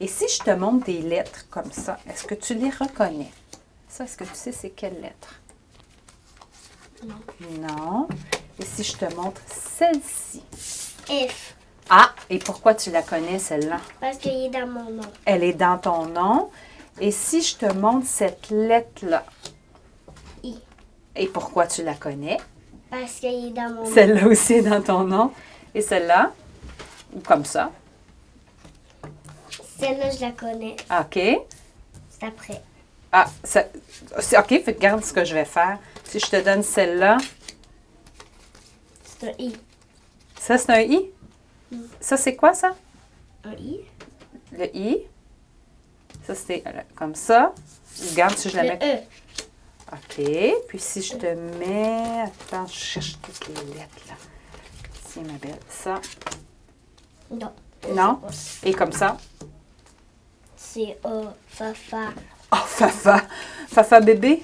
Et si je te montre des lettres comme ça, est-ce que tu les reconnais? Ça, est-ce que tu sais c'est quelles lettres? Non. Non. Et si je te montre celle-ci? F. Ah, et pourquoi tu la connais, celle-là? Parce qu'il est dans mon nom. Elle est dans ton nom. Et si je te montre cette lettre-là? I. Et pourquoi tu la connais? Parce qu'il est dans mon nom. Celle-là aussi est dans ton nom. Et celle-là? Ou comme ça. Celle-là, je la connais. Ah, OK. C'est après. Ah, ça, c'est- OK, fait que regarde ce que je vais faire. Si je te donne celle-là, C'est un I. ça c'est un I. Ça c'est quoi ça? Un I. Le I. Ça c'est euh, comme ça. Regarde si je la Le mets. E. OK. Puis si je te mets. Attends, je cherche toutes les lettres là. Tiens, ma belle. Ça. Non. Non. Et comme ça. C'est A. Fa. Fa. Oh, Fafa. Fafa bébé.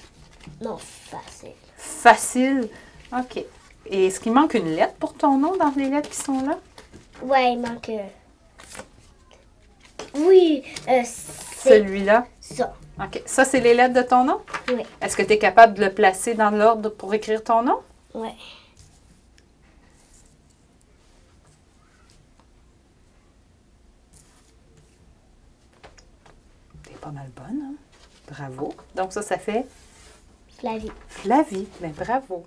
Non, Fa, c'est. Facile. OK. Et est-ce qu'il manque une lettre pour ton nom dans les lettres qui sont là? Ouais, il manque. un. Oui, euh, c'est Celui-là. ça. OK. Ça, c'est les lettres de ton nom? Oui. Est-ce que tu es capable de le placer dans l'ordre pour écrire ton nom? Ouais. T'es pas mal bonne, hein? Bravo. Donc ça, ça fait Flavie. Flavie. Ben bravo.